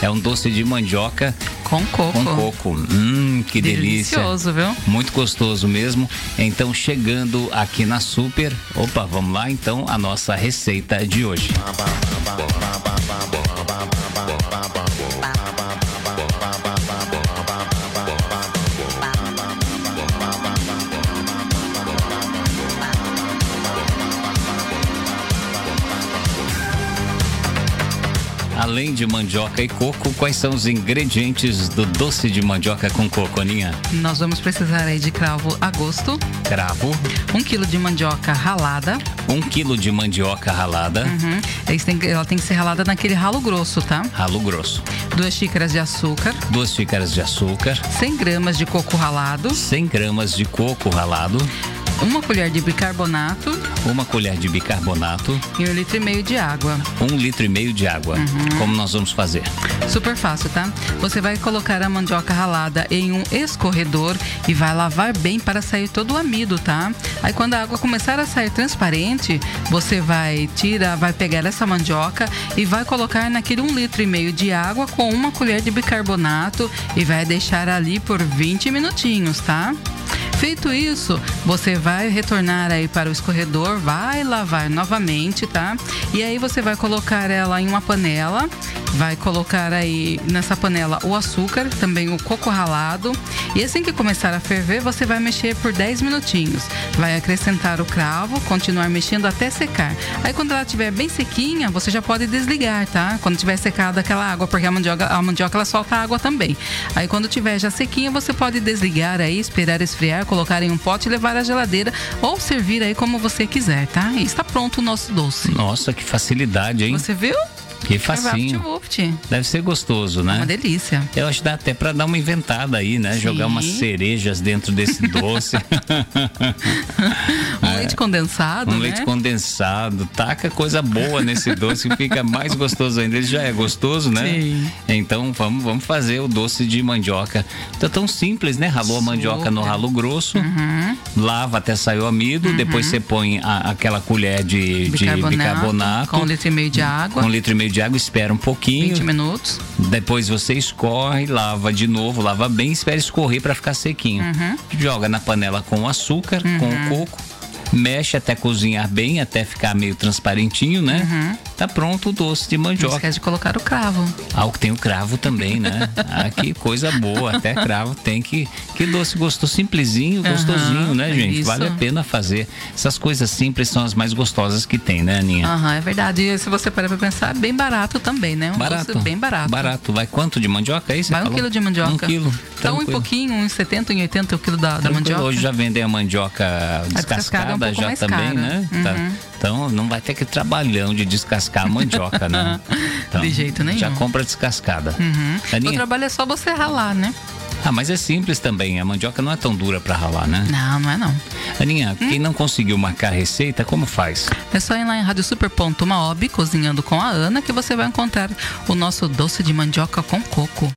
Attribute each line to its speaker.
Speaker 1: É um doce de mandioca
Speaker 2: Com coco.
Speaker 1: com coco. Hum, que delícia.
Speaker 2: Delicioso, viu?
Speaker 1: Muito gostoso mesmo. Então, chegando aqui na Super, opa, vamos lá então a nossa receita de hoje. Além de mandioca e coco, quais são os ingredientes do doce de mandioca com coco, Aninha?
Speaker 2: Nós vamos precisar aí de cravo a gosto,
Speaker 1: Cravo,
Speaker 2: 1 kg de mandioca ralada.
Speaker 1: 1 kg Um de mandioca ralada,
Speaker 2: Uhum. Isso tem- Ela tem que ser ralada naquele ralo grosso, tá?
Speaker 1: ralo grosso,
Speaker 2: Duas xícaras de açúcar,
Speaker 1: 2 xícaras de açúcar,
Speaker 2: 100 gramas de coco ralado,
Speaker 1: 100 gramas de coco ralado,
Speaker 2: uma colher de bicarbonato
Speaker 1: 1 colher de bicarbonato,
Speaker 2: e um litro e meio de água.
Speaker 1: 1 litro e meio de água.
Speaker 2: Uhum.
Speaker 1: Como nós vamos fazer?
Speaker 2: Super fácil, tá? Você vai colocar a mandioca ralada em um escorredor e vai lavar bem para sair todo o amido, tá? Aí quando a água começar a sair transparente, você vai tirar, vai pegar essa mandioca e vai colocar naquele um litro e meio de água com uma colher de bicarbonato e vai deixar ali por 20 minutinhos, tá? Feito isso, você vai retornar aí para o escorredor, vai lavar novamente, tá? E aí você vai colocar ela em uma panela, vai colocar aí nessa panela o açúcar, também o coco ralado. E assim que começar a ferver, você vai mexer por 10 minutinhos. Vai acrescentar o cravo, continuar mexendo até secar. Aí quando ela estiver bem sequinha, você já pode desligar, tá? Quando tiver secada aquela água, porque a mandioca, a mandioca ela solta água também. Aí quando tiver já sequinha, você pode desligar aí, esperar esfriar, colocar em um pote e levar à geladeira ou servir aí como você quiser, tá? E está pronto o nosso doce.
Speaker 1: Nossa, que facilidade, hein?
Speaker 2: Você viu?
Speaker 1: Que facinho.
Speaker 2: Vapt-vupt.
Speaker 1: Deve ser gostoso,
Speaker 2: Uma
Speaker 1: né?
Speaker 2: delícia.
Speaker 1: Eu acho que dá até pra dar uma inventada aí, né? Jogar
Speaker 2: Sim.
Speaker 1: umas cerejas dentro desse doce,
Speaker 2: Um leite condensado,
Speaker 1: É. um
Speaker 2: né?
Speaker 1: leite condensado, taca coisa boa nesse doce que fica mais gostoso ainda. Ele já é gostoso, né?
Speaker 2: Sim.
Speaker 1: Então vamos, vamos fazer o doce de mandioca. Tá tão simples, né? Ralou a mandioca no
Speaker 2: Super. Uhum.
Speaker 1: ralo grosso, lava até sair o amido, depois você põe a- aquela colher de de bicarbonato,
Speaker 2: com um litro e meio de água,
Speaker 1: um litro e meio de água, espera um pouquinho,
Speaker 2: 20 minutos.
Speaker 1: Depois você escorre, lava de novo, lava bem, espera escorrer para ficar sequinho.
Speaker 2: Uhum.
Speaker 1: Joga na panela com açúcar, com o coco, mexe até cozinhar bem, até ficar meio transparentinho, né?
Speaker 2: Uhum.
Speaker 1: Tá pronto o doce de
Speaker 2: Não
Speaker 1: mandioca.
Speaker 2: esquece de colocar o cravo.
Speaker 1: Ah, o que tem o cravo também, né? Ah, que coisa boa, até cravo tem que. Que doce gostoso, simplesinho, gostosinho, né,
Speaker 2: é
Speaker 1: gente?
Speaker 2: isso.
Speaker 1: Vale a pena fazer. Essas coisas simples são as mais gostosas que tem, né, Aninha?
Speaker 2: Aham, é verdade. E se você parar pra pensar, é bem barato também, né? Um
Speaker 1: Barato.
Speaker 2: doce bem barato.
Speaker 1: Barato. Vai quanto de mandioca aí? você
Speaker 2: Vai um
Speaker 1: falou?
Speaker 2: quilo de mandioca.
Speaker 1: Um quilo.
Speaker 2: Então, um
Speaker 1: tranquilo.
Speaker 2: pouquinho, uns 70, uns 80 o quilo da, da
Speaker 1: Tranquilo,
Speaker 2: mandioca.
Speaker 1: Hoje já vendem a mandioca descascada,
Speaker 2: descascada é um pouco
Speaker 1: já
Speaker 2: mais
Speaker 1: também,
Speaker 2: cara. Uhum.
Speaker 1: né? Tá. Então não vai ter que trabalhão de descascar a mandioca, né? Então,
Speaker 2: De jeito nenhum.
Speaker 1: Já compra descascada.
Speaker 2: O
Speaker 1: Aninha,
Speaker 2: trabalho é só você ralar, né?
Speaker 1: ah, mas é simples também. A mandioca não é tão dura pra ralar, né?
Speaker 2: Não, não é não. Hum?
Speaker 1: Aninha, quem não conseguiu marcar a receita, como faz?
Speaker 2: É só ir lá em radiosuper.maob, cozinhando com a Ana, que você vai encontrar o nosso doce de mandioca com coco.